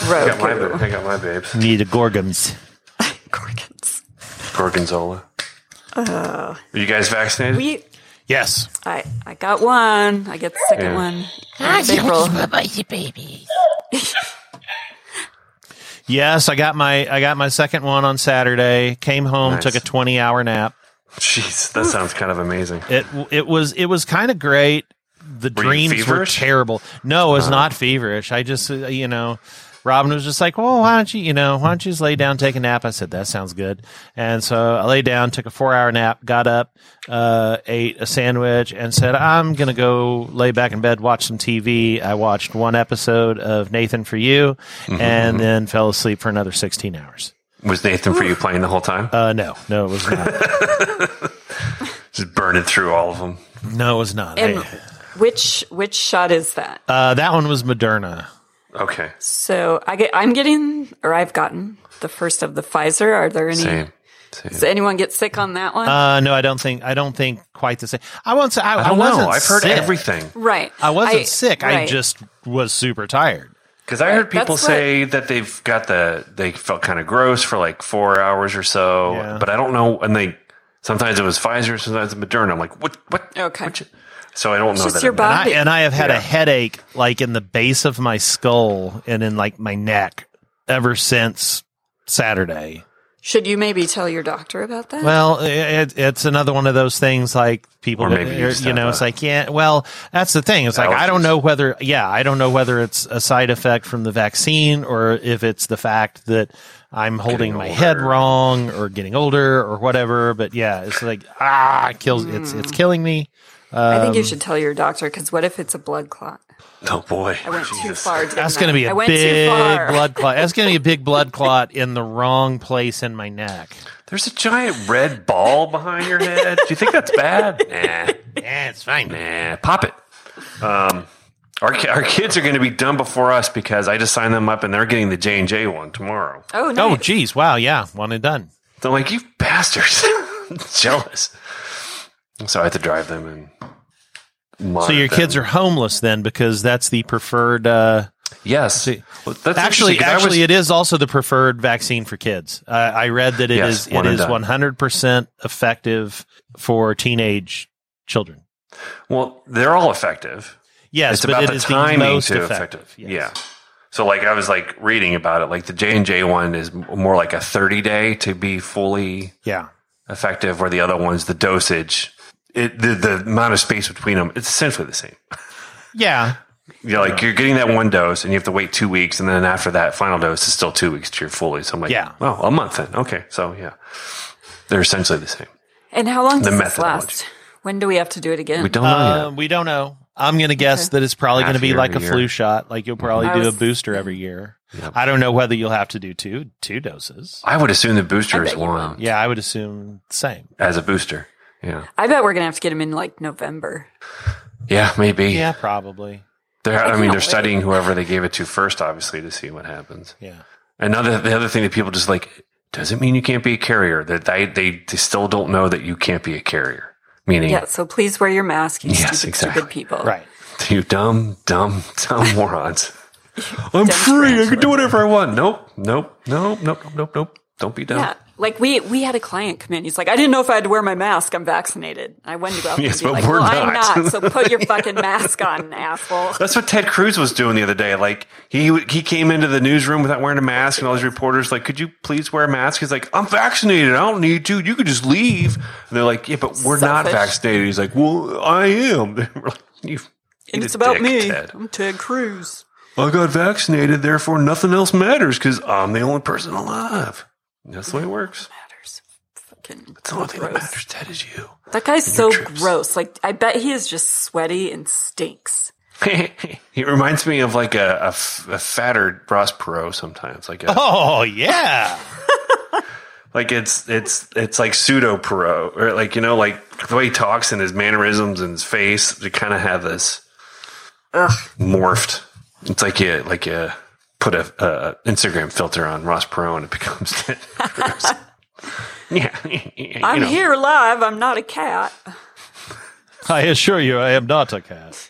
got my Rogue. ba- I got my babes. Need a gorgums. Gorgons. Gorgonzola. Are you guys vaccinated? Uh, We Yes. I I got one. I get the second Yeah. one. in April. Yes, I got my I got my second one on Saturday. Came home, Nice. took a 20-hour nap. Jeez, that sounds kind of amazing. It it was it was kind of great. The Were you dreams were feverish? Uh-huh. terrible. No, it was not feverish. I just uh, you know, Robin was just like, "Well, why don't you you know why don't you just lay down, take a nap?" I said, "That sounds good." And so I lay down, took a four hour nap, got up, uh, ate a sandwich, and said, "I'm gonna go lay back in bed, watch some TV." I watched one episode of Nathan for You, Mm-hmm, and then fell asleep for another sixteen hours. Was Nathan for you playing the whole time? Uh, no, no, it was not. Just burning through all of them. no, it was not. And Hey. which which shot is that? Uh, that one was Moderna. Okay, So I get I'm getting or I've gotten the first of the Pfizer. Are there any same. Does anyone get sick on that one? Uh, no, I don't think. I don't think quite the same. I won't say. I, I don't wasn't know. Oh, I've heard sick. everything. right. I wasn't sick. I right. just was super tired. Because I heard people that's what- say that they've got the they felt kind of gross for like four hours or so, Yeah. but I don't know. And they sometimes it was Pfizer, sometimes it was Moderna. I'm like, what? What? Okay. what you- so I don't know just that. your I'm- And body. I, and I have had Yeah. a headache like in the base of my skull and in like my neck ever since Saturday. Should you maybe tell your doctor about that? Well, it, it's another one of those things like people, Or maybe that- you just you know, have it's a- like, yeah, well, that's the thing. It's like, I don't Allergies. know whether, yeah, I don't know whether it's a side effect from the vaccine or if it's the fact that I'm holding Getting my older. head wrong or getting older or whatever. But yeah, it's like, ah, it kills, it's, Hmm. it's killing me. I um, think you should tell your doctor because what if it's a blood clot? Oh boy, I went too Jesus. far. didn't That's I? going to be I a went big too far. blood clot. That's going to be a big blood clot in the wrong place in my neck. There's a giant red ball behind your head. Do you think that's bad? nah, Yeah, it's fine. nah. Pop it. Um, our ki- our kids are going to be done before us because I just signed them up and they're getting the J and J one tomorrow. Oh no! Oh, geez. Wow. Yeah. One and done. They're like, you bastards. Jealous. So I had to drive them and. So your kids are homeless then, because that's the preferred. Uh, Yes. Well, that's actually, interesting, 'cause I actually, was- it is also the preferred vaccine for kids. Uh, I read that it Yes, is one it and is done. one hundred percent effective for teenage children. well, they're all effective. Yes, it's but about it the is timing the most to effective. effective. Yes. Yeah. So like I was like reading about it, like the J and J one is m- more like a thirty day to be fully Yeah. effective, where the other one's the dosage, it, the the amount of space between them, it's essentially the same. Yeah. You're like you're getting that one dose, and you have to wait two weeks, and then after that final dose is still two weeks to your fully. So I'm like, Yeah. well, a month then. Okay, so yeah, they're essentially the same. and how long The does this methodology. last? When do we have to do it again? We don't know Um, we don't know. I'm going to guess that it's probably Half going to be year, like a year. Mm-hmm. flu shot. Like you'll probably I do was- a booster every year. Yep. I don't know whether you'll have to do two two doses. yet. I would assume the booster I is bet you one Yeah, I would assume the same. as a booster. Yeah, I bet we're gonna have to get him in like November. yeah, maybe. Yeah, probably. They're, I, I mean, can't they're wait. studying whoever they gave it to first, obviously, to see what happens. Yeah. Another the other thing that people just like doesn't mean you can't be a carrier. That they, they they still don't know that you can't be a carrier. Meaning, Yeah. So please wear your mask, you Yes, stupid, exactly. stupid people. Right. You dumb, dumb, dumb morons. I'm Dumb free. I can do tarantulas. whatever I want. Nope, nope, nope, nope, nope, nope, nope. Don't be dumb. Yeah. Like we we had a client come in. He's like, I didn't know if I had to wear my mask. I'm vaccinated. I wanted to go out Yes, and be but like, we're well, I'm not. not. So put your fucking mask on, asshole. That's what Ted Cruz was doing the other day. Like he he came into the newsroom without wearing a mask, and all these reporters like, "Could you please wear a mask?" He's like, "I'm vaccinated. I don't need to. You could just leave." And they're like, "Yeah, but we're not Selfish. vaccinated." He's like, "Well, I am." We're like, you, And eat it's a about dick, me. Ted. I'm Ted Cruz. I got vaccinated, therefore nothing else matters because I'm the only person alive. That's the way it works. Matters. Fucking It's the only thing that gross. matters. Ted is you. That guy's so trips. gross. Like I bet he is just sweaty and stinks. he reminds me of like a, a f- a fatter Ross Perot sometimes. Like a, Oh yeah. like it's it's it's like pseudo Perot or like you know like the way he talks and his mannerisms and his face. They kind of have this morphed. It's like you like you put a, a Instagram filter on Ross Perot and it becomes Ted Cruz. yeah, you I'm know. here live. I'm not a cat. I assure you, I am not a cat.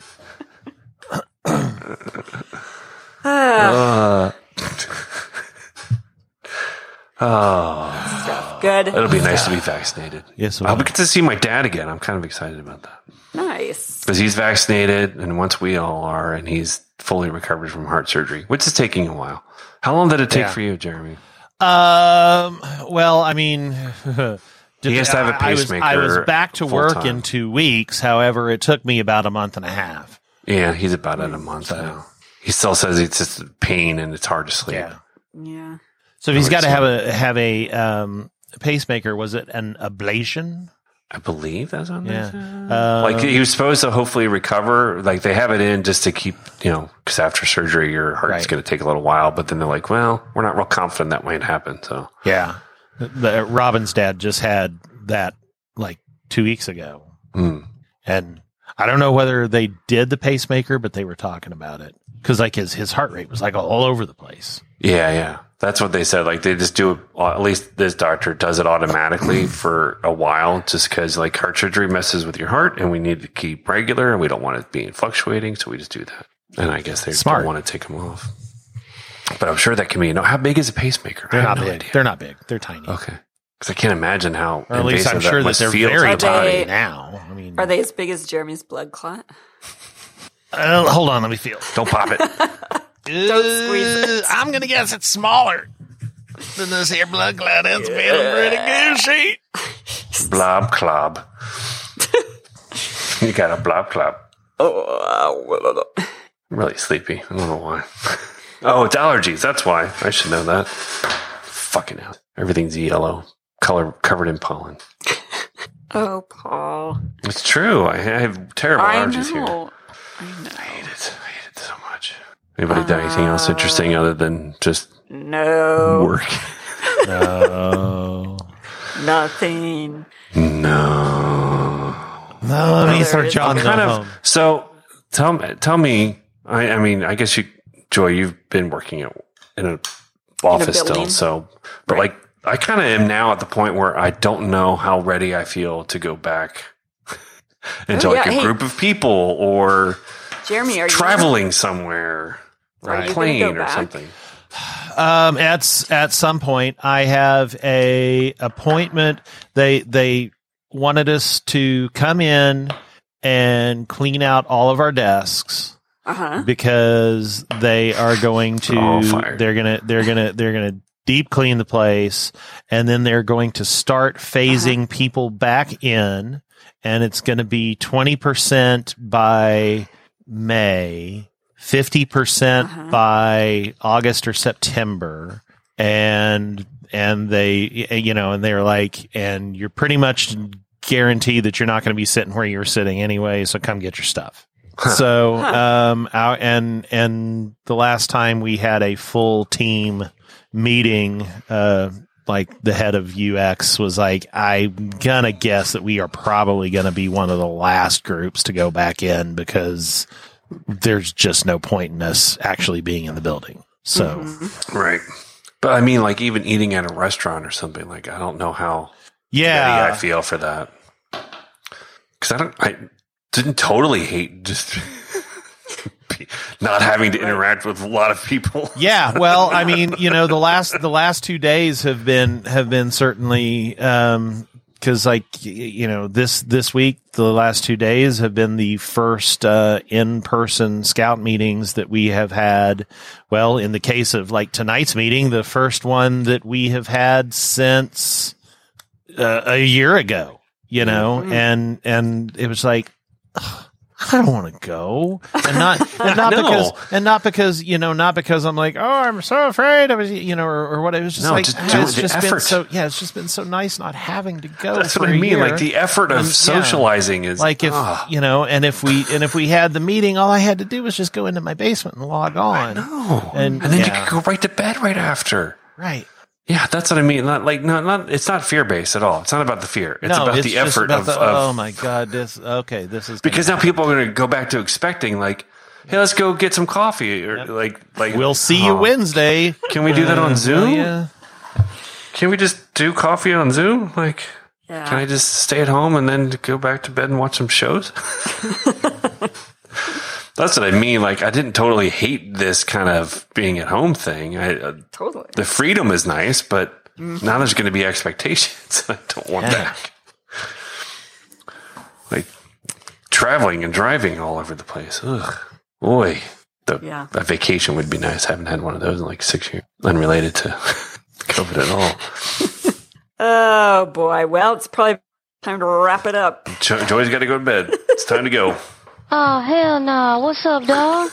Good. It'll be nice to be vaccinated. Yes, it I'll will. get to see my dad again. I'm kind of excited about that. Nice. because he's vaccinated, and once we all are, and he's fully recovered from heart surgery, which is taking a while. How long did it take Yeah. for you, Jeremy? Um. Well, I mean, did- He has to have a I- I was- I was, pacemaker back to full work time. in two weeks. However, it took me about a month and a half. Yeah, he's about at a month now. He still says it's just pain and it's hard to sleep. Yeah. Yeah. So if he's would got to say- have a have a um pacemaker. Was it an ablation? I believe that's on Yeah. there. Uh, Like he was supposed to hopefully recover. Like they have it in just to keep, you know, because after surgery your heart's Right. going to take a little while. But then they're like, well, we're not real confident that might happen. So yeah. The, Robin's dad just had that like two weeks ago, hmm. and I don't know whether they did the pacemaker, but they were talking about it because like his his heart rate was like all over the place. yeah, yeah. That's what they said. Like they just do it. well, At least this doctor does it automatically for a while, just because like heart surgery messes with your heart, and we need to keep regular, and we don't want it being fluctuating, so we just do that. And I guess they Smart. don't want to take them off. But I'm sure that can be. No, how big is a pacemaker? They're I have not no big. idea. They're not big. They're tiny. Okay, because I can't imagine how. Or at least I'm invasive that sure that must they're feel to very the body. tiny They- now. I mean, Are they as big as Jeremy's blood clot? uh, hold on, let me feel. Don't pop it. Uh, squeeze it. I'm gonna guess it's smaller than this here blood clot. It's feeling pretty gushy. blob clob. you got a blob clob. Oh, uh, I'm really sleepy. I don't know why. oh, it's allergies. That's why. I should know that. Fucking out. Everything's yellow, color covered in pollen. oh, Paul. It's true. I have terrible I allergies here. know. I I hate it. I hate it so much. Anybody done anything else interesting other than just know. No, work? Oh, nothing. No. no, let me There start is- John kind Doe of. home. So tell me- tell me. I, I mean, I guess you, Joy, you've been working at, in an office still. building. So, but Right. like, I kind of am now at the point where I don't know how ready I feel to go back into Oh, like yeah, a hey. group of people or Jeremy, are traveling somewhere or Are you a gonna plane go or back? something. Um, at s- at some point, I have a appointment. They they wanted us to come in and clean out all of our desks. you? Uh huh. because they are going to All fired. they're gonna they're gonna they're gonna deep clean the place and then they're going to start phasing people back in and it's gonna be twenty percent by May, 50% percent Uh-huh. by August or September and and they you know and they're like and you're pretty much guaranteed that you're not going to be sitting where you were sitting anyway so come get your stuff so um our, and and the last time we had a full team meeting uh like the head of UX was like, I'm gonna guess that we are probably gonna be one of the last groups to go back in because there's just no point in us actually being in the building. So Right. But I mean, like even eating at a restaurant or something. Like I don't know how yeah, ready I feel for that. Because I don't, I didn't totally hate just not having to interact with a lot of people. Yeah, well, I mean, you know, the last the last two days have been have been certainly um 'cause because like y- you know this this week the last two days have been the first uh, in person scout meetings that we have had. Well, in the case of like tonight's meeting, the first one that we have had since uh, a year ago. You Mm-hmm. know, and and it was like I don't want to go, and not and not No. because and not because you know not because I'm like oh I'm so afraid I was you know or, or what it was just No, like just ah, do it's the just been effort. so yeah it's just been so nice not having to go. That's for what a I mean. year. Like the effort of Um, yeah. socializing is like if ah, you know and if we and if we had the meeting all I had to do was just go into my basement and log on no. and- and, then yeah. you could go right to bed right after. right. Yeah, that's what I mean. Not like no, not it's not fear based at all. It's not about the fear. It's about the just effort about of, the- of oh my god this okay this is gonna because now people are going to go back to expecting like, hey, let's go get some coffee or like like We'll see you Oh. Wednesday. Can we do that on Uh, Zoom? yeah. Can we just do coffee on Zoom? Like, Yeah. can I just stay at home and then go back to bed and watch some shows? That's what I mean. Like, I didn't totally hate this kind of being at home thing. I, uh, totally. the freedom is nice, but Mm-hmm. now there's going to be expectations. I don't want Yeah. that. Like traveling and driving all over the place. Ugh. Boy, the, Yeah. a vacation would be nice. I haven't had one of those in like six years, unrelated to COVID at all. Oh boy. Well, it's probably time to wrap it up. Jo- Joy's got to go to bed. It's time to go. Oh, hell no. What's up, dog?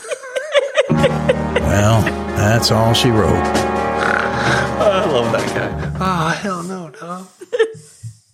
Well, that's all she wrote. I love that guy. Oh, hell no, no.